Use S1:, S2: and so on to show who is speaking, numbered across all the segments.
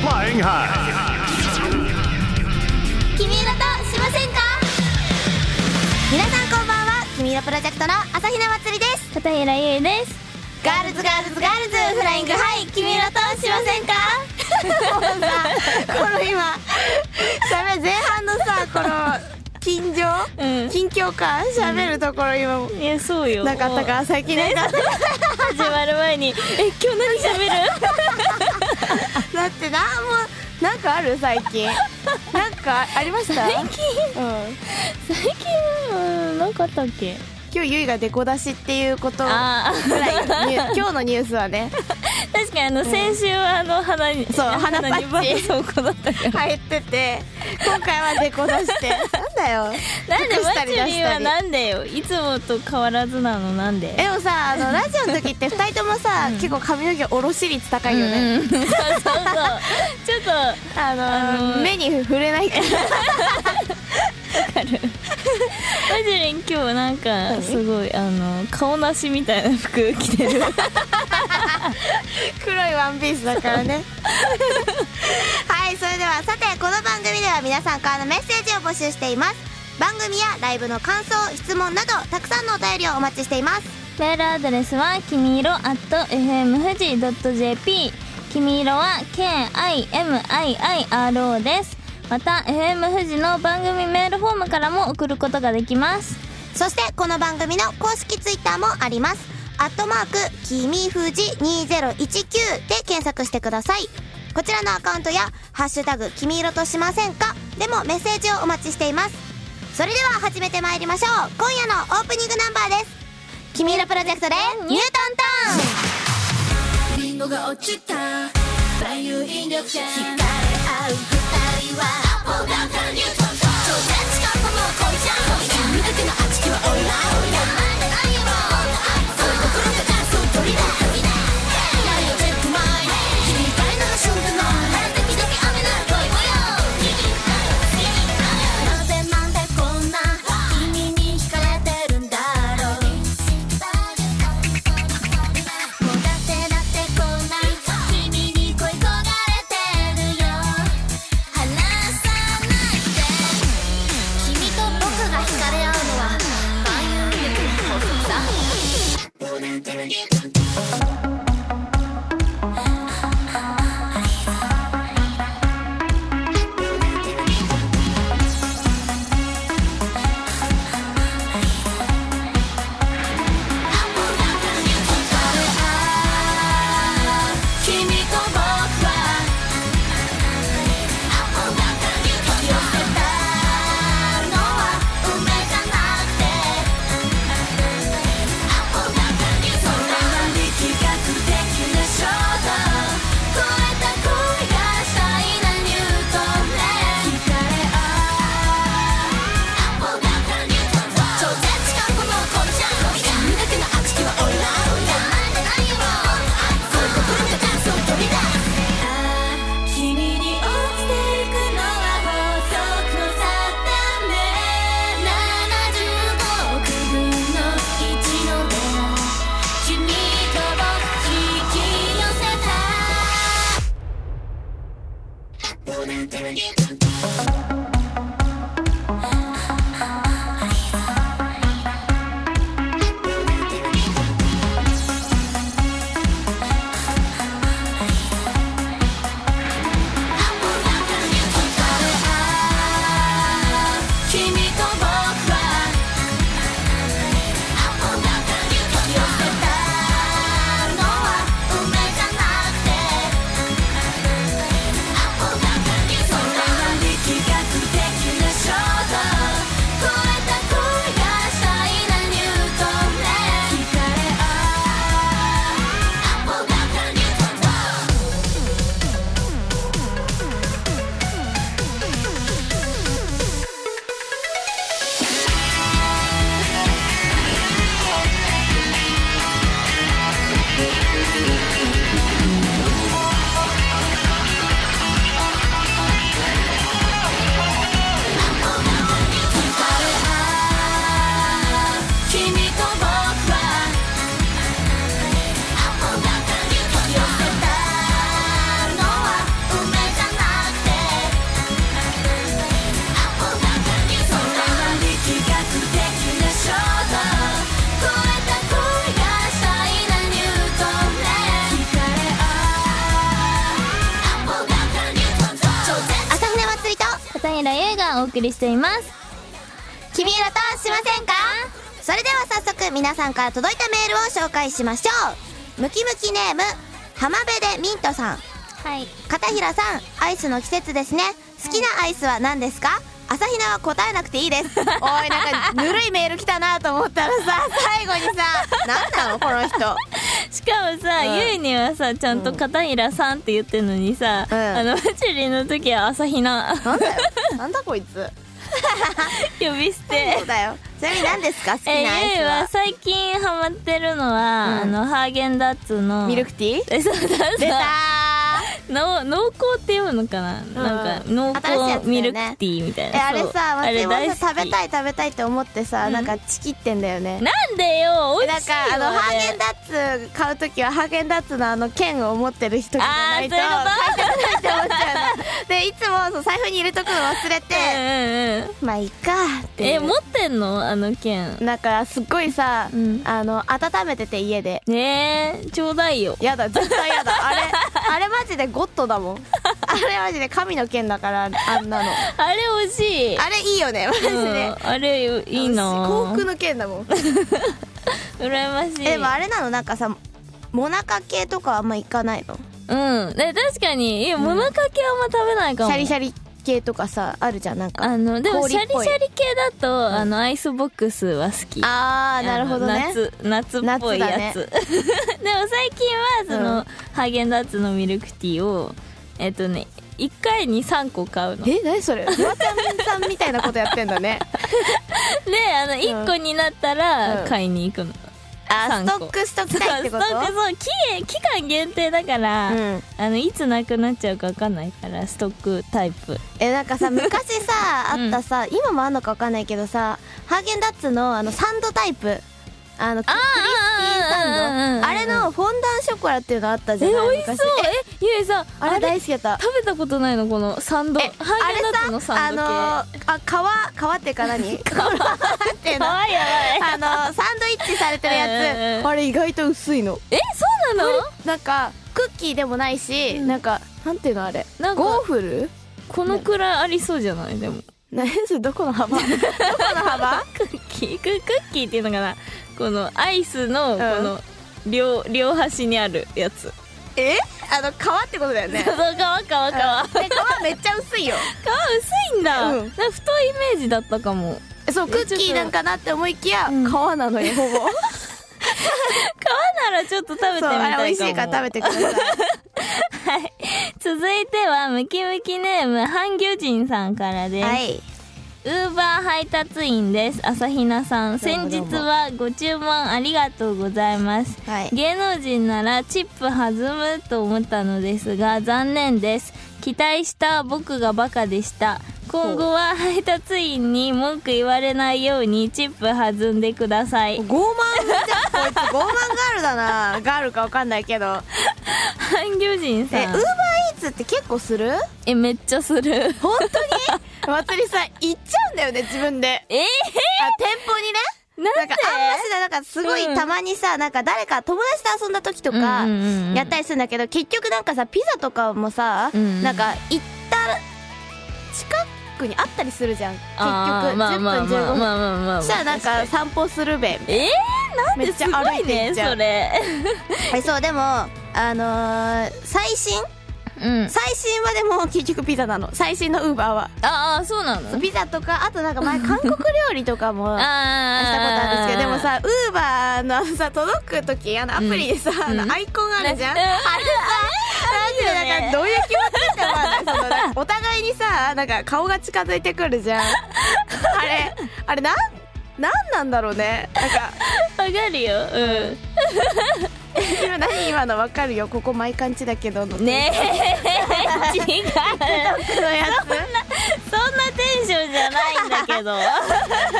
S1: flying high.
S2: 君色としませんか皆さんこんばんは君色プロジェクトの朝比奈まつりです片平優衣ですガールズガールズガールズフライングハイ君色としませんかこの今喋る前半のさこの近所、
S3: うん
S2: 近況か喋るところ今、
S3: いやそうよ
S2: なかったから最近なんかった
S3: もう始まる前に「え今日何喋る?
S2: だってなもうなんかある最近なんかありました
S3: 最
S2: うん」
S3: 最近うんなんかあったっけ
S2: 今日ゆいがデコ出しっていうことぐら
S3: あ
S2: いニ ュー今日のニュースはね
S3: あ確かにあの先週はあの鼻に
S2: そう鼻パッチ
S3: にば そうこだったから
S2: 入ってて今回はデコ出 してなんだよ
S3: なんで
S2: 隠し
S3: マ
S2: たり
S3: チュリ
S2: 出したり
S3: はなんでよいつもと変わらずなのなんで
S2: でもさあのラジオの時って2人ともさ、結構髪の毛下ろし率高いよね、
S3: うんうんそうそうそうちょっとわ
S2: あの
S3: あのー
S2: 目に触 れないから
S3: かるマジュリン今日なんかすごいあの顔なしみたいな服着てる
S2: 黒いワンピースだから ねはいそれではさてこの番組では皆さんからのメッセージを募集しています番組やライブの感想質問などたくさんのお便りをお待ちしています
S3: メールアドレスはきみいろ at fmfuji.jp きみいろは KIMIIRO ですまた FM 富士の番組メールフォームからも送ることができます
S2: そしてこの番組の公式ツイッターもありますアットマークきみふじ2019で検索してくださいこちらのアカウントや「ハッシュタグ君色としませんか?」でもメッセージをお待ちしていますそれでは始めてまいりましょう今夜のオープニングナンバーです「君色プロジェクト」で「ニュートントン」
S4: リンゴが落ちた万有引力者惹かれ合う二人はアップダウンからニュートンと超絶カップも恋じゃん君だけのあちきはオイラオイラまだないよそう心がダンスを取りだ取りだライオンチェックマイ君以外ならしょうがない晴れ時々雨なら恋模様なぜなんでこんな君に惹かれてるんだろうもうだってだってこんな君に恋焦がれてるよ離さないで君と僕が惹かれ合うのは万有引力の法則さ君と僕は引き寄せたのは運命じゃなくてそれは力学
S3: お送りしています
S2: 君色としませんかそれでは早速皆さんから届いたメールを紹介しましょうムキムキネーム浜辺でミントさん
S3: はい
S2: 片平さんアイスの季節ですね好きなアイスは何ですか朝比奈は答えなくていいです おいなんかぬるいメール来たなと思ったらさ最後にさ何 なのこの人
S3: しかもさ、
S2: うん
S3: ゆいにはさちゃんと片平さんって言ってるのにさ、
S2: うん
S3: あのマチュリンの時は朝比 奈
S2: なんだよなんだこいつ
S3: 呼び捨て
S2: そうだよちなみに何ですか好きな
S3: え
S2: アイ
S3: ゆ
S2: ス
S3: い
S2: は
S3: は最近ハマってるのは、
S2: うん
S3: あのハーゲンダッツの
S2: ミルクティー
S3: えそうだ
S2: 出た
S3: の濃厚って読むのかな、なんか濃
S2: 新しいやつだよ
S3: 厚
S2: ね
S3: ミルクティーみたい
S2: え
S3: な
S2: あれ
S3: そう
S2: さ私も
S3: あれ
S2: さ食べた
S3: い
S2: い食べたいって思ってさ、なんかチキってんだよね
S3: なんでよ美
S2: な
S3: 味し
S2: ん
S3: い
S2: か
S3: よ
S2: あのハ
S3: あれ
S2: ーゲンダッツ買うときはハーゲンダッツのあの券を持ってる人じゃないと買い
S3: あ
S2: たくないって思っちゃうのでいつもそう財布に入れとくの忘れて
S3: うんうんうん
S2: まあいいかっていう
S3: え持ってんのあの剣
S2: なんかすっごいさ、
S3: うん
S2: あの温めてて家で
S3: ねえちょうだいよ
S2: やだ絶対やだあれあれマジでゴッドだもんあれマジで神の剣だからあん なの
S3: あれ美味しい
S2: あれいいよねマジで、
S3: うん、あれいいな
S2: 幸福の剣だもん
S3: 羨ましい
S2: えでもあれなのなんかさモナカ系とかはあんまいかないの
S3: うんで確かにいやもなかけあんま食べない
S2: シ
S3: かも
S2: ャリシャリ系とかさあるじゃんなんか
S3: あのでもシャ
S2: 氷
S3: リ
S2: っ
S3: シ
S2: ぽい
S3: ャリ系だと、あのアイスボックスは好き
S2: あーなるほどね
S3: 夏夏っぽいやつ、
S2: 夏
S3: でも最近はその、
S2: うん
S3: ハーゲンダッツのミルクティーをえっとね1回に3個買うので
S2: え何それフワちゃんさんみたいなことやってん だね
S3: あの1個になったら
S2: うん
S3: 買いに行くの、
S2: あ
S3: 三
S2: ース
S3: 個
S2: トックしときたいってこと
S3: そうそう期限期間限定だから、
S2: うん
S3: あのいつなくなっちゃうか分かんないからストックタイプ
S2: えなんかさ昔さ
S3: うん
S2: あったさ、今もあんのかわかんないけどさハーゲンダッツのあのサンドタイプあのクリスピー
S3: うんうんうんうんうん
S2: サンドあれのフォンダンショコラっていうのあったじ
S3: え
S2: ゃ
S3: 美
S2: ない
S3: 味し
S2: 昔
S3: そうえゆえさん
S2: あれ大好きだった
S3: 食べたことないのこのサンドハ
S2: え
S3: ーゲンダッツのサンド系
S2: あれさあのー、あ皮皮っていうか何 皮っていうの
S3: かわいいやばい
S2: あのー、サンドイッチされてる
S3: うんうんう
S2: や
S3: ん
S2: つあれ意外と薄いの
S3: えそうなの
S2: なんかクッキーでもないし、なんかなんていうのあれ
S3: なんか
S2: ゴーフル
S3: このくらいありそうじゃないでも
S2: 何それどこの幅 どこの幅
S3: クッキーククッキーっていうのかなこのアイスの
S2: ん
S3: この両,、両端にあるやつ
S2: えあの皮ってことだよね
S3: そう皮皮皮皮
S2: で皮めっちゃ薄いよ
S3: 薄いんだ、
S2: うん
S3: なんか太いイメージだったかも
S2: そうクッキーなんかなって思いきや、
S3: うん
S2: 皮なのよほ ぼ
S3: 皮ならちょっと食べてみたい
S2: そう
S3: か
S2: あ
S3: も
S2: れ美味しいから食べてください
S3: 続いてはムキムキネームハンギョジンさんからです、
S2: はい
S3: ウーバー配達員です朝比奈さん
S2: どうも
S3: 先
S2: ど
S3: 日
S2: うも
S3: はご注文ありがとうございます、
S2: はい
S3: 芸能人ならチップ弾むと思ったのですが残念です期待した僕がバカでした今後は配達員に文句言われないようにチップ弾んでください
S2: 傲慢じゃんこいつ傲慢ガールだなガールかわかんないけど
S3: 半魚人さ
S2: えウーバ
S3: ん
S2: ーイーツって結構する
S3: えめっちゃする
S2: 本 当にまつりさん行っちゃうんだよね自分で
S3: えー、
S2: あ店舗にね
S3: なんで
S2: かあんましだなんかすご
S3: う
S2: い
S3: ん
S2: たまにさ、なんか誰か友達と遊んだ時とか
S3: うんうんうんうん
S2: やったりするんだけど、結局なんかさピザとかもさ、
S3: うんうん
S2: なんか行った近くにあったりするじゃん結局
S3: あーまあ
S2: 10
S3: まあ
S2: 分
S3: まあ
S2: 15分
S3: まあまあまあ
S2: そしたらなんか散歩するべ
S3: えー、なん
S2: め
S3: で
S2: っち
S3: す
S2: ゃ
S3: ご
S2: 歩い
S3: い
S2: てい
S3: ね
S2: っちゃう
S3: それ
S2: えそうでもあのー最新
S3: うん
S2: 最新はでも結局ピザなの最新のウーバーは
S3: ああそうなの
S2: ピザとかあとなんか前韓国料理とか も
S3: あ
S2: したことあるんですけどでも
S3: ー
S2: さウーバーのあのさ届く時あのアプリでさ、
S3: ん
S2: あのアイコンあるじゃん、
S3: ねうん
S2: あれさマジでなんかどういう気持ちだったのそ のなんかお互いにさなんか顔が近づいてくるじゃんあれあれなんなんなんだろうねなんか
S3: わかるようん
S2: 今何今のわか るよここ毎ンチだけどの
S3: ねえ 違う
S2: そのやつ
S3: そんなテンションじゃないんだけ ど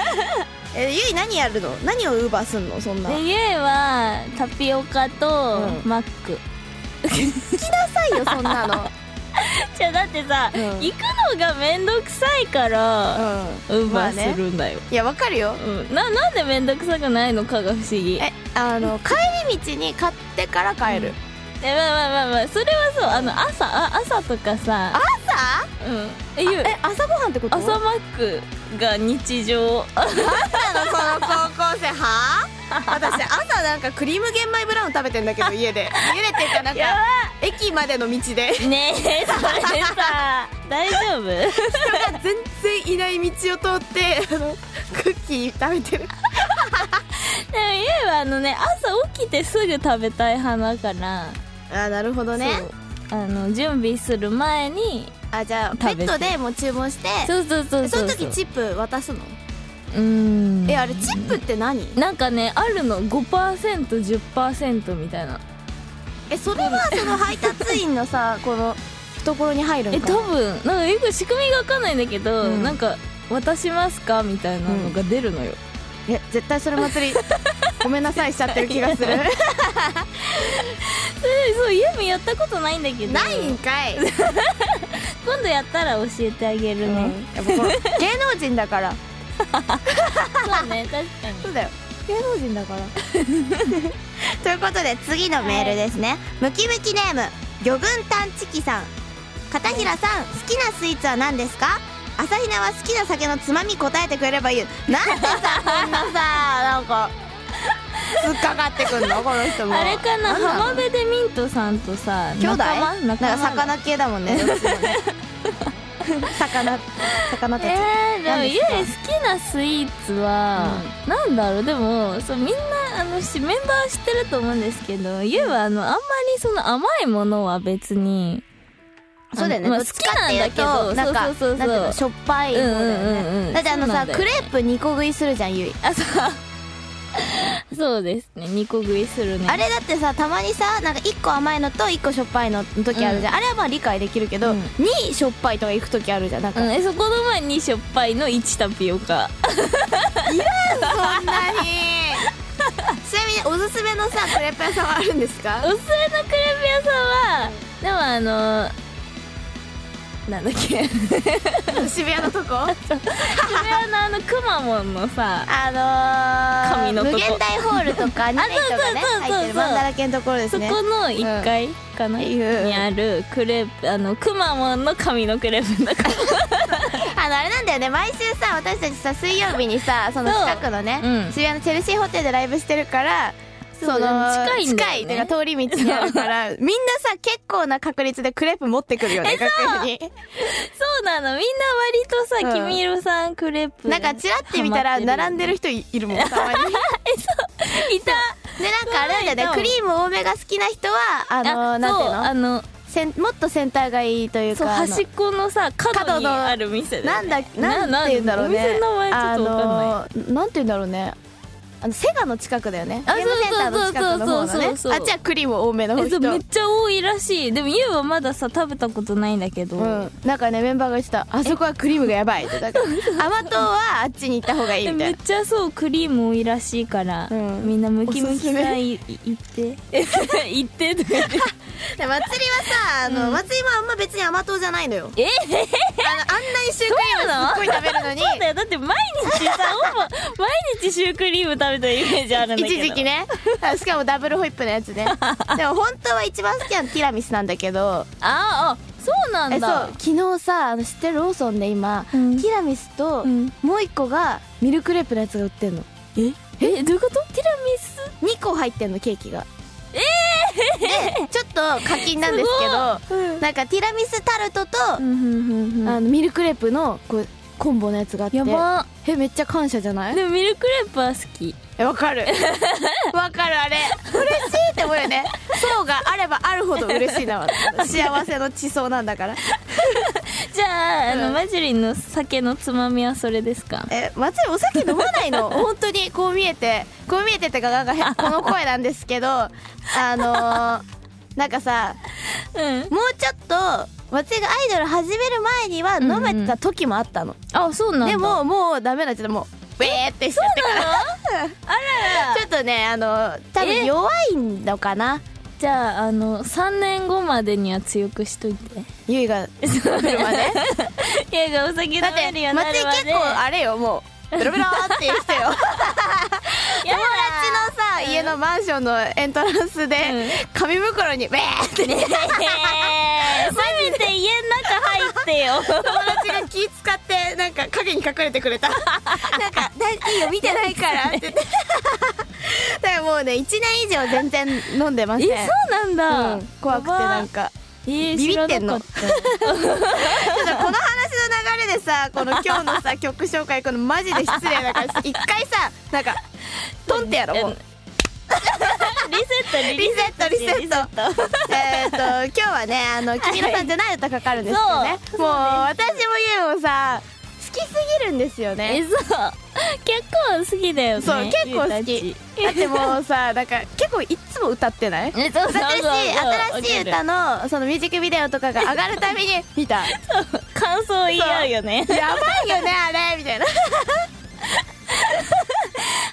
S2: えゆい何やるの何をウーバーすんのそんな
S3: でゆえはタピオカと
S2: うん
S3: マック、
S2: さいよそんなの
S3: じゃあだってさ、
S2: うん
S3: 行くのがめんどくさいから、
S2: うん
S3: ウー
S2: ま
S3: バ
S2: あ
S3: ー
S2: ね
S3: するんだよ、
S2: いやわかるよ
S3: うん、ななんでめんどくさくないのかが不思議
S2: えあの帰り道に買ってから帰る、
S3: やまあまあまあまあそれはそうあの朝あ朝とかさ
S2: 朝
S3: うんえ言う
S2: え朝ごはんってこと
S3: 朝マックが日常あ
S2: なのその高校生 は私朝なんかクリーム玄米ブラウン食べてん だけど家で家でっていうかなん
S3: や
S2: か駅までの道で人
S3: ねえそれさ 大丈夫
S2: が全然いない道を通ってあのクッキー食べ
S3: で
S2: てる
S3: もゆうはあのね朝起きてすぐ食べたい派だから
S2: あーなるほどね
S3: そうあの準備する前に
S2: あじゃあ
S3: 食べて
S2: ペットでもう注文して
S3: そうそうそう
S2: そうの時チップ渡すの
S3: うーん
S2: えあれチップって何
S3: なんかねあるの 5%10% みたいな
S2: えそれはその配達員のさこ の懐に入る
S3: え
S2: んか
S3: 多分なんかよく仕組みが分かんないんだけど、
S2: うん
S3: なんか渡しますかみたいなのが出るのよ、
S2: え絶対それ祭 りごめんなさいしちゃってる気がする
S3: それそうゆうもやったことないんだけど
S2: ないんかい、
S3: 今度やったら教えてあげる
S2: うん
S3: ね、
S2: やっぱこの芸能人だから
S3: そうね確 かに
S2: そうだよ芸能人だから ということで次のメールですね、ムキムキネーム魚群探知機さん片平さん好きなスイーツは何ですか朝比奈は好きな酒のつまみ答えてくれればいいなんでさこんなさなんか突っかかってくんのこの 人も
S3: あれかな
S2: なん
S3: 浜辺でミントさんとさ
S2: 兄弟
S3: 仲間
S2: なん
S3: 仲間
S2: か魚系だも んねどっちもね魚魚たち、
S3: えー、でもゆ
S2: 何で
S3: い
S2: すか
S3: 好きなスイーツは、なんだろうでもそうみんなあのしメンバー知ってると思うんですけどゆいはあのあんまりその甘いものは別に
S2: そうだよね、
S3: まあ
S2: どっちかっていうと
S3: 好きなんだけど
S2: なんか
S3: そうそうそうそう
S2: なんていうのしょっぱいものだ
S3: うんうん
S2: よ
S3: う
S2: ね
S3: ん
S2: だってあの
S3: そうな
S2: さ
S3: んだよ
S2: ク
S3: ね
S2: レープ2個食いするじゃんゆい
S3: あそうそう ですね2個食いするね
S2: あれだってさたまにさなんか1個甘いのと1個しょっぱいのの時あるじゃん、あれはまあ理解できるけど、
S3: うん
S2: 2しょっぱいとか行く時あるじゃんなんか、
S3: うん、えそこの前にしょっぱいの1タピオカ
S2: そんなにちなみにおすすめのさクレープ屋さんはあるんですか
S3: おすすめのクレープ屋さんはでもあのなんだっ け
S2: 渋谷のと
S3: 渋
S2: こ
S3: 谷のあのくまモンのさ
S2: あのー、
S3: 神のとこ
S2: 無限大ホールとかニレイと
S3: そ
S2: かね
S3: うそうそうそう
S2: 入ってるマンだらけのところです
S3: そこ
S2: ね
S3: の1階かな、
S2: うん
S3: にあるクレープあのくまモンの紙のクレ ープだから
S2: あのあれなんだよね毎週さ私たちさ水曜日にさその
S3: そう
S2: 近くのね、
S3: うん
S2: 渋谷のチェルシーホテルでライブしてるからその
S3: そう近いんだよね
S2: 近いてか通り道にあるからみんなさ結構な確率でクレープ持ってくるよね楽屋に
S3: そうなのみんな割とさ、
S2: うん
S3: 君色さんクレープ
S2: なんかチラって見たら並んで
S3: る
S2: る人いいるもん た
S3: い
S2: まに
S3: た
S2: でなんかあれなんだよ
S3: そう
S2: ねクリーム多めが好きな人はあの
S3: あ
S2: なん
S3: そ
S2: ていう
S3: うあ
S2: の
S3: の
S2: せんもっとセンターがいいという
S3: そう
S2: かあの
S3: 端っこのさ角
S2: 角
S3: に
S2: の
S3: ある店だよ
S2: な
S3: ね
S2: んだなんて言うんだろうね
S3: お店の名前ちょっとわかんない
S2: あのなんて言うんだろうねあのセガの近くだよね
S3: あ
S2: ゲームセンターの近くの方のね
S3: そうそうそうそうそう
S2: あっちはクリーム多めの
S3: えそう
S2: 人
S3: めっちゃ多いらしいでもゆうはまださ食べたことないんだけど、
S2: うん、なんかねメンバーが言ってた「あそこはクリームがやばい」って だから甘党はあっちに行った方がいい
S3: で
S2: みた
S3: め
S2: い
S3: っ
S2: な
S3: ちゃそうクリーム多いらしいから、
S2: うん
S3: みんなムキムキさん
S2: お
S3: い行って行ってとか言って
S2: 祭りはさあの、祭りはあんま別に甘党じゃない のよ
S3: え
S2: あのあんなにシューク
S3: そうなの
S2: リームすっごい食べるのに
S3: そうだよだって毎日 さほぼ毎日シュークリーム食べたイメージあるんだけど
S2: 一時 期ねあしかもダブルホイップのやつねでも本当は一番好きなのティラミスなんだけど
S3: ああそうなん
S2: えそう
S3: だ
S2: 昨日さあの知ってるローソンで今、
S3: うん
S2: ティラミスと、
S3: うん
S2: もう一個がミルクレープのやつが売ってんの
S3: ええどういうことティラミス
S2: 2個入ってんのケーキがええでちょっと課金なんですけどなんかティラミスタルトと、
S3: うんうんうんうん
S2: あのミルクレープのこうコンボのやつがあって
S3: やば
S2: えめっちゃ感謝じゃない
S3: でもミルクレープは好き
S2: え わかるわかるあれ嬉しいって思うよね層があればあるほど嬉しいなわ幸せの地層なんだから
S3: じゃああの、
S2: うん
S3: マジュリンの酒のつまみはそれですか
S2: え松井お酒飲まな いの本当にこう見えてこう見えてってかなんかへこの声なんですけどあのーなんかさ
S3: うん
S2: もうちょっと松井がアイドル始める前には飲めてた時もあったの、
S3: あそうなんだ
S2: でももうダメなっちゃったもうウェーってしちゃってから ちょっとねあの多分
S3: え
S2: 弱いのかな
S3: じゃああの3年後までには強くしといて
S2: ゆ いが来るまで
S3: いやお酒飲
S2: だっ
S3: めるようにな
S2: て松井
S3: るまで
S2: 結構あれよもうベロベロっていう人よ友達のさが家のマンションのエントランスで紙袋に「ウェー!」って友
S3: えー、せめて家の中入ってよ
S2: 達が気使ってなんか影に隠れてく れたなんか「いいよ見てないから」って言って だからもうね1年以上全然飲んでません
S3: えそうなんだ、
S2: うん怖くてなんか
S3: えー
S2: ビビってんの
S3: 知らなかった
S2: ちょっとこの話の流れでさこの今日のさ曲紹介このマジで失礼だから一回さなんかトンってやろうもう
S3: リセット
S2: リセットリセットえーっと今日はねあの君のさんじゃない歌かかるんですけどね、
S3: はい
S2: もう私もゆうもさ好きすぎるんですよ
S3: え
S2: ね
S3: そう結構好きだよね
S2: そう結構好
S3: ゆ
S2: き
S3: う
S2: だってもう さなんか結構いっつも歌ってない
S3: たちえそうそうそう
S2: 歌ってるし新しい歌
S3: の
S2: のそのミュージックビデオとかが上がるたび に見た
S3: 感想言い合うよね
S2: やばいよねあれみたいな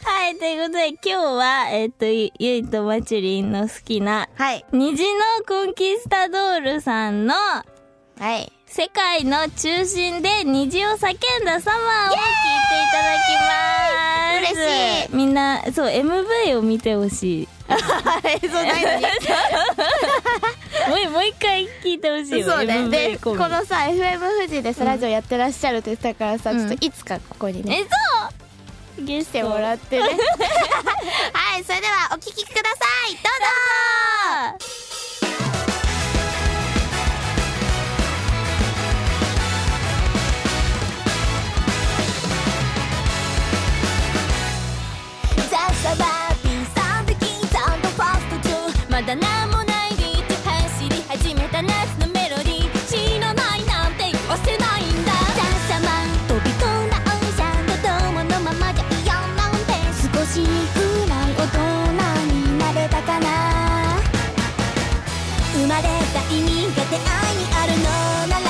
S3: はい、ということで、今日は、えっと、ゆゆいとまちりんの好きな、
S2: はい
S3: 虹のコンキスタドールさんの、
S2: はい
S3: 世界の中心で虹を叫んだサマーを聞いていただきます。
S2: イエーイ嬉し
S3: い。みんな、そう、MV を見てほしい。
S2: 映像ないのに
S3: もう、もう一回聞いてほしいよ。
S2: そうね
S3: MV
S2: でこ
S3: 込み
S2: のさ FM 富士でさラジオやってらっしゃるって言ってたからさ、
S3: うん
S2: ちょっといつかここにね
S3: え、そうゲス
S2: 来て
S3: ト
S2: もらってね
S5: はいそれではお聴きくださいどうぞ
S4: ザ・サバービーサンドキーザンドファーストトゥーまだなんもないリーチ走り始めた夏のメロディー知らないなんて言わせないんだザ・サマー飛び飛んだオーシャンの友のままじゃいやなんて少しくらい大人になれたかな生まれた意味が出会いにあるのなら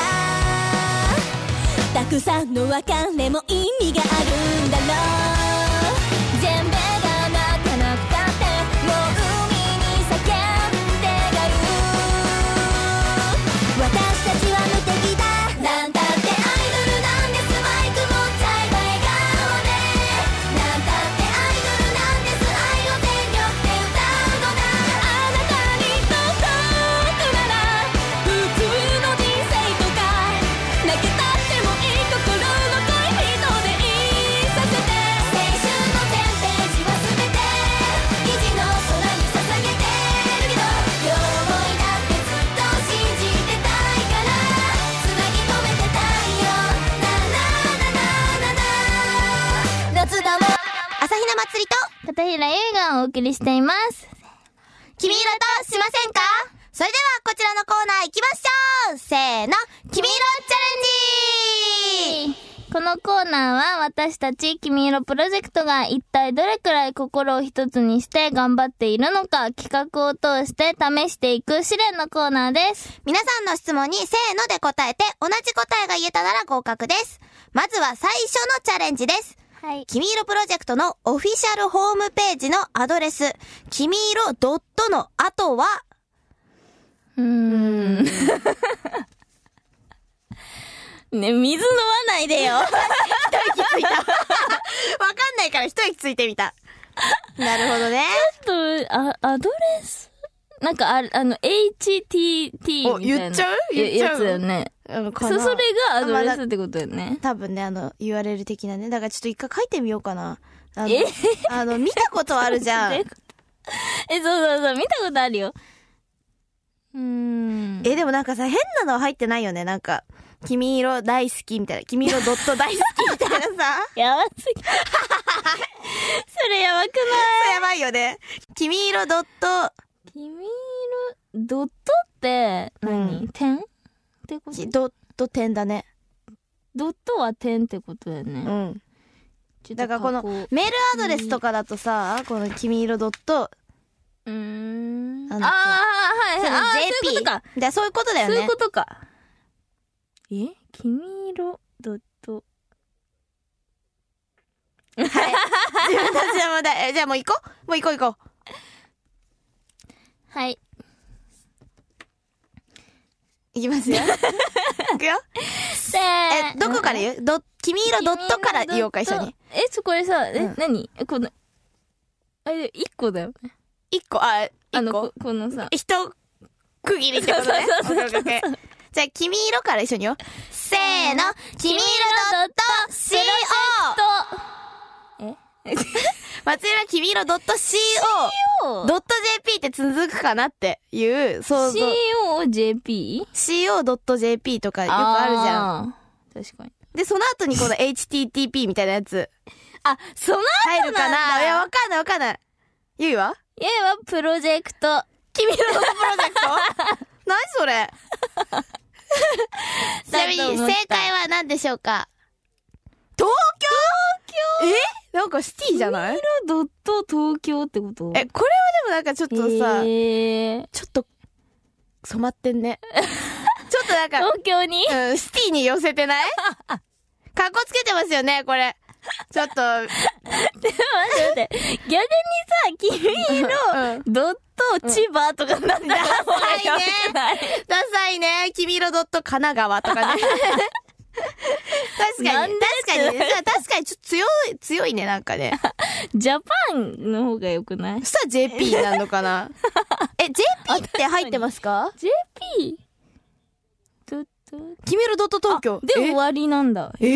S4: たくさんの別れも意味があるんだろう全米が泣かなくたってもう海に叫んでがる私たちは無敵だなんたってアイドルなんですマイクも栽培顔でなんたってアイドルなんです愛を全力で歌うのだあなたに届くなら普通の人生とか泣けたってもいい心の恋人でいさせて青春の全ページは全て虹の空に捧げてるけど両思いだってずっと信じてたいからつなぎ止めてたいよなななななな夏だもん
S5: 朝比奈祭りと
S3: 片平ゆいがお送りしています。
S5: 君色としませんかそれではこちらのコーナー行きましょうせーの君色チャレンジ
S3: このコーナーは私たち君色プロジェクトが一体どれくらい心を一つにして頑張っているのか企画を通して試していく試練のコーナーです。
S5: 皆さんの質問にせーので答えて同じ答えが言えたなら合格です。まずは最初のチャレンジです。
S3: はい。
S5: 君色プロジェクトのオフィシャルホームページのアドレス、君色ドットの後は、
S3: うー ん。ね、水飲まないでよ。
S2: わかんないから一息ついてみた
S5: なるほどね。
S3: ちょっと、あ、アドレスなんかあ、あの、HTT みたいな。
S2: お言っちゃう
S3: や
S2: 言っちゃう
S3: やつだよね。
S2: うん
S3: そ、
S2: か
S3: それ
S2: な
S3: がアドレスってことだよね。
S2: 多分ねあの URL 的なねだからちょっと一回書いてみようかなあの
S3: え
S2: あの見たことあるじゃん
S3: え、そうそうそう、見たことあるよ。うーん。
S2: えでもなんかさ変なの入ってないよねなんか「君色大好き」みたいな「君色ドット大好き」みたいなさ
S3: やばすぎ。 それやばくない
S2: やばいよね「君色ドット
S3: 君色、ドットって何、
S2: うん
S3: 点ってこと
S2: ドット点」だね
S3: ドットは点ってことだよね。
S2: うん
S3: ちょっと
S2: だからこの
S3: 加工
S2: メールアドレスとかだとさ、この君色ドット、
S3: うーん。あ
S2: あ
S3: あー、
S2: の
S3: はいはい。ああー、そういうこ
S2: JP
S3: とか。。
S2: だそういうことだよ
S3: そういう
S2: ね
S3: こ。とか。え君色ドット。
S2: 自分たちの問 題えじゃあもう行こう。もう行こう行こう。
S3: はい。
S2: 行きますよ。 行くよ。
S3: せ
S2: え、どこから
S3: う
S2: 言うど、君色ドットから言おうか、一緒に。。
S3: え、そこれさ、え、
S2: うん
S3: 何この、あれ、一個だよね。
S2: 一個、
S3: あ
S2: あ、一
S3: の、
S2: 個
S3: こ。このさ、
S2: 一区切りってことね。
S3: そうそうそうそう
S2: オッケーオッケーオッケーじゃあ、君色から一緒によ。
S6: せーの、君色
S3: ドット
S6: .co!
S2: 松浦君色 .co.jp って続くかなっていう想像。
S3: COJP?
S2: co.jp とかよくあるじゃん。
S3: ん。確かに。
S2: で、その後にこの http みたいなやつ
S3: あ、その
S2: 入る
S3: 後な
S2: か
S3: んだ
S2: ないや、わかんないわかんない。ゆいは
S3: 家はプロジェクト。
S2: 君色のプロジェクト 何それ
S6: ちなみに正解は何でしょうか
S2: 東京えなんかシティじゃない
S3: ドット東京ってこと
S2: え、、これはでもなんかちょっとさ、
S3: えー、
S2: ちょっと、染まってんね。ちょっとなんか、
S3: 東京に
S2: うん、シティに寄せてないかっこつけてますよね、これ。ちょっと、
S3: 待って待って。逆にさ、君色、
S2: うん
S3: ドット千葉とかなんだら
S2: ダサいね
S3: やばくない
S2: ダサいね。君色ドット神奈川と かね。確
S3: な
S2: か
S3: ん
S2: に
S3: で、
S2: 確かに、ね、確かに、ちょっと強い、強いね、なんかね。
S3: ジャパンの方が良くない
S2: そしたら JP なのかなえ、JP って入ってますか
S3: ?JP? ドット
S2: 君色ドット東京。
S3: で終わりなんだ。
S2: ええー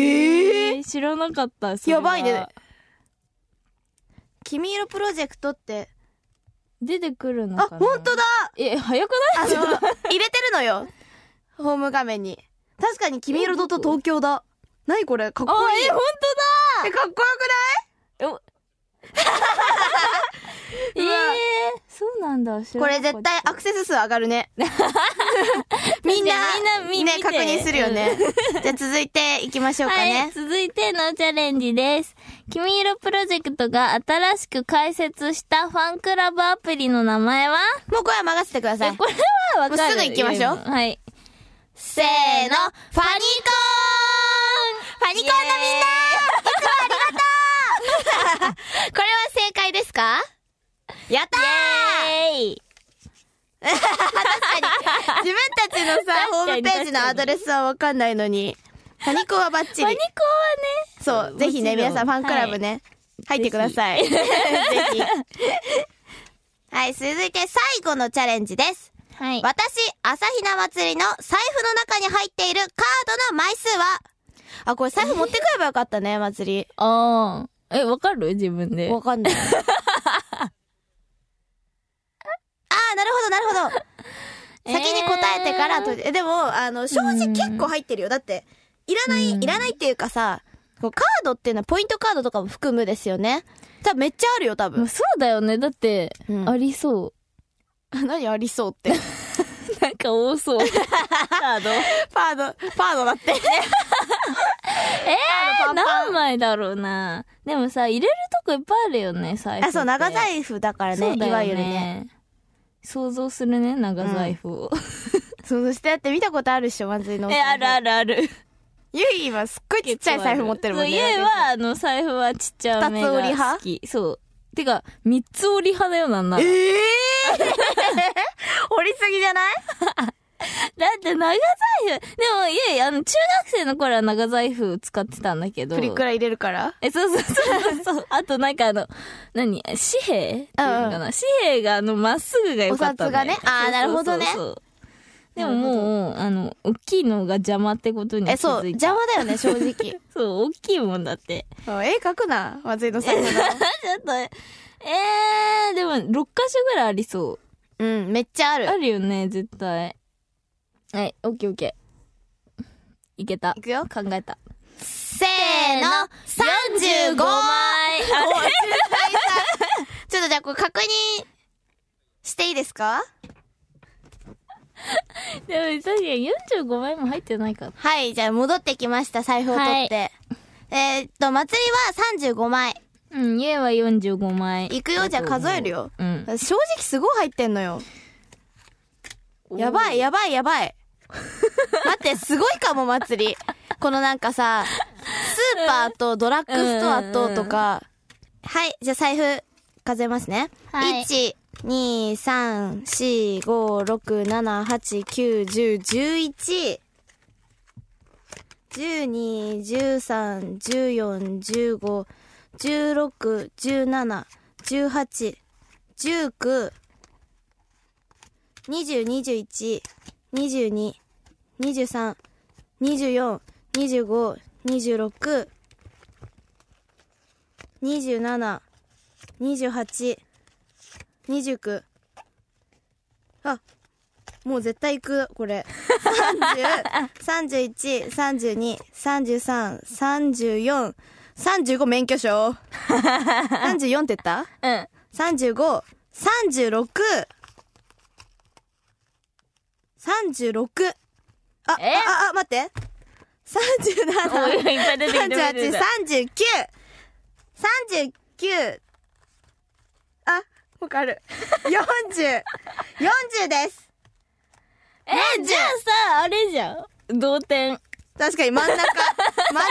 S3: えー知らなかった。それ
S2: や
S3: は
S2: ばいね。君色プロジェクトって、
S3: 出てくるの
S2: あ
S3: かな、
S2: 本当だ
S3: え、早く
S2: あ
S3: な
S2: の、
S3: い
S2: 入れてるのよ。ホーム画面に。確かに君色ドット東京だ。なにこれかっこ
S3: あ、
S2: いい。
S3: え、本
S2: え、かっこよく
S3: 当だえー、そうなんだ。知
S2: ない
S3: らなかった
S2: これ絶対アクセス数上が るね。みんな、
S3: みんな見
S2: ね、
S3: て
S2: 確認するよね。じゃあ続いていきましょうか
S3: はい、
S2: ね。
S3: 続いてのチャレンジです。君色プロジェクトが新しく開設したファンクラブアプリの名前は
S2: もうこれは任せてください。
S3: これはわかる。
S2: もうすぐ行きましょう
S3: はい。
S6: せーの、ファニコーンファニコンのみんないつもありがとう これは正解ですか
S2: やった
S3: えい。
S2: ー自分たちのさ、ホームページのアドレスはわかんないのに。パニコはバッチ
S3: パニ
S2: リ
S3: コ。はね。
S2: そう、ぜひね、
S3: もちろ
S2: 皆さんファンクラブ。
S3: はい
S2: ね、入ってください。ぜひ。
S6: はい、続いて最後のチャレンジです。
S3: はい。
S6: 私、朝比奈祭りの財布の中に入っているカードの枚数は
S2: あ、これ財布持ってくればよかったね、祭
S3: あー。え、わかる自分で
S2: り。。わかん ない。
S6: ああ、なるほど、なるほど。
S2: 先に答えてからと、えでも、あの、正直結構入ってるよ。だって、いらない、いらないっていうかさ、こうカードっていうのはポイントカードとかも含むですよね。多分めっちゃあるよ、多
S3: もう
S2: 分。
S3: そうだよね。だって、
S2: うん
S3: ありそう。
S2: 何ありそうって。
S3: なんか多そう。カー ド。
S2: パード、パードだって。
S3: えー、何枚だろうな。でもさ、入れるとこいっぱいあるよね、財布って。
S2: あ、そう、長財布だから
S3: そ
S2: ね、
S3: う
S2: い
S3: だよ
S2: わゆるね。
S3: 想像するね、長財布を。
S2: そう、そしてだって見たことあるっしょ、祭 りの。
S3: え、あるあるある。
S2: ゆいはすっごいちっちゃい財布持ってるもんね。
S3: そう、家は、あの、財布はちっちゃめが好き。
S2: 二つ折り派
S3: そう。てか、三つ折り派だよ、なんなら。
S2: え
S3: だ
S2: えー、掘りすぎじゃない
S3: って長財布。でも、家、あの、中学生の頃は長財布使ってたんだけど。
S2: プリクラ入れるから
S3: え、そうそうそうそうそう。あとなんかあの、何紙幣っていうのかな、紙幣があの、まっすぐが良かったんだよ
S2: お札がねあーなるほどね
S3: そうそうそうでももう、あの、大きいのが邪魔ってことに気づい
S2: え、
S3: た。
S2: そう、邪魔だよね、正 直。
S3: そう、大きいもんだって。
S2: うん絵描くな、松井の財布の。
S3: ちょっと、えー、でも、6箇所ぐらいありそ
S2: うん、めっちゃあ
S3: う。
S2: る
S3: あ。るよね、絶対。はい、オッケーオッケー。いけた。い
S2: くよ
S3: 考えた。
S6: せーの、35!
S3: あれ
S6: ちょっとじゃあこれ確認
S2: していいですか
S3: でも、確かに45枚も入ってないから。
S6: はい、じゃあ戻ってきました、財布を取って。えーっと、祭りは35枚。
S3: うん、家は45枚。
S2: いくよ、じゃあ数えるよ。
S3: うん。
S2: 正直すごい入ってんのよ。やばい、やばい、やばい。待って、すごいかも、祭り。このなんかさ、スーパーとドラッグストアととか、
S6: はい、じゃあ財布、数えますね。
S3: はい
S6: 1、2、3、
S2: 4、5、6、7、8、9、10、11、12、13、14、15、16、17、十八、十九、二十、二十一、二十二、二十三、二十四、二十五、二十六、二十七、二十八、二十九。あ、もう絶対行く、これ。三十、三十一、三十二、三十三、三十四、三十五免許証。三十四って言った
S3: うん。
S2: 三十五、三十六、三十六。あ、あ、
S3: え
S2: あ、あ待って。三十
S3: おいおい
S2: 七、
S3: いっぱい出てきて
S2: 三
S3: 出
S2: 十
S3: てき
S2: 八、
S3: て
S2: 三十九、三十九。あ、もう一回ある。四十、四十です。
S3: え、じゃあさ、あれじゃん。同点。
S2: 確かに 真ん中、真ん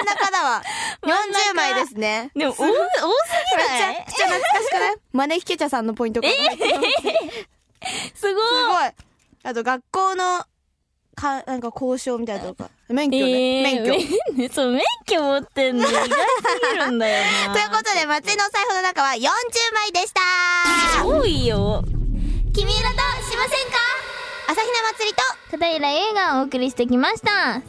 S2: 中だわ。
S3: 真ん中
S2: 40枚ですね。
S3: でも、多、多すぎ
S2: め
S3: な
S2: ちゃ
S3: い
S2: くちゃ懐かしくない招きケチャさんのポイントかな。
S3: すごい。
S2: すごい。あと学校の、か、なんか交渉みたいなとか。免許ね。
S3: え
S2: 免
S3: ー
S2: 許。
S3: 免許。そう、 免許持ってんの意外すぎるんだよな。
S2: ということで、松井のお財布の中は40枚でした
S3: 多いよ。
S2: 君色としませんか朝比奈祭りと、
S3: 片平映画をお送りしてきました。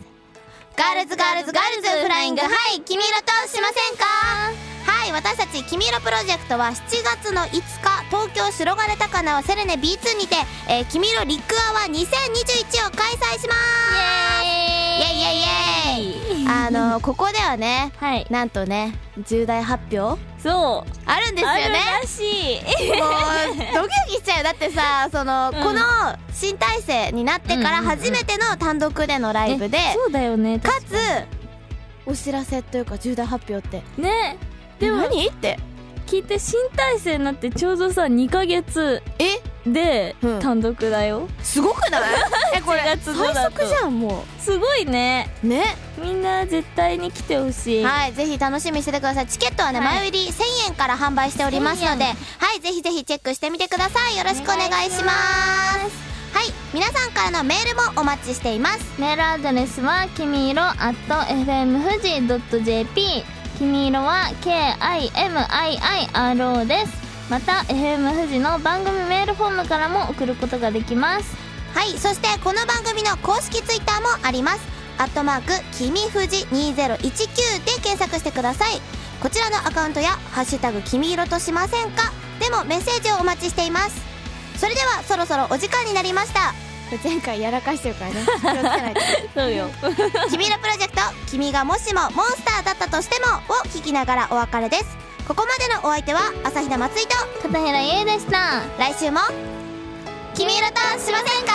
S2: ガールズガールズガールズフライング、はい、君色としませんかはい、私たち君色プロジェクトは7月の5日、東京白金高輪セレネ B2 にて、えー、君色リックアワー2021を開催しますイエイイエイイエイあのここではね
S3: はい。
S2: なんとね重大発表
S3: そう。
S2: あるんですよね
S3: あるらしい。
S2: もうドキドキしちゃうよだってさその、
S3: うん
S2: この新体制になってから
S3: うんうんうん
S2: 初めての単独でのライブで、
S3: えそうだよね。
S2: かつお知らせというか重大発表って
S3: ね。でも、
S2: 何って
S3: 聞いて新体制になってちょうどさ、2ヶ月
S2: え
S3: で
S2: うん
S3: 単独だよ。
S2: す ごくないえこれ
S3: 7月度
S2: 最
S3: だと
S2: 速じゃんも
S3: すごいね。
S2: うね
S3: みんな絶対に来てほしい。
S2: はいぜひ楽しみにしててくださいチケットはね、
S3: はい
S2: 前売り1000円から販売しておりますので
S3: 1000
S2: はいぜひぜひチェックしてみてくださいよろしくお願いしますはい皆さんからのメールもお待ちしています
S3: メールアドレスはきみいろ at fmfuji.jp きみいろは KIMIIRO ですまた FM 富士の番組メールフォームからも送ることができます
S2: はい、そしてこの番組の公式ツイッターもあります。アットマーク、きみふじ2019で検索してください。こちらのアカウントや、ハッシュタグ、君色としませんかでもメッセージをお待ちしています。それでは、そろそろお時間になりました。 前回やらかしてるからね。気をつけないと。
S3: そうよ
S2: 君色プロジェクト、君がもしもモンスターだったとしてもを聞きながらお別れです。ここまでのお相手は、朝日奈松井と、
S3: 片平優でした
S2: 来週も、君色としませんか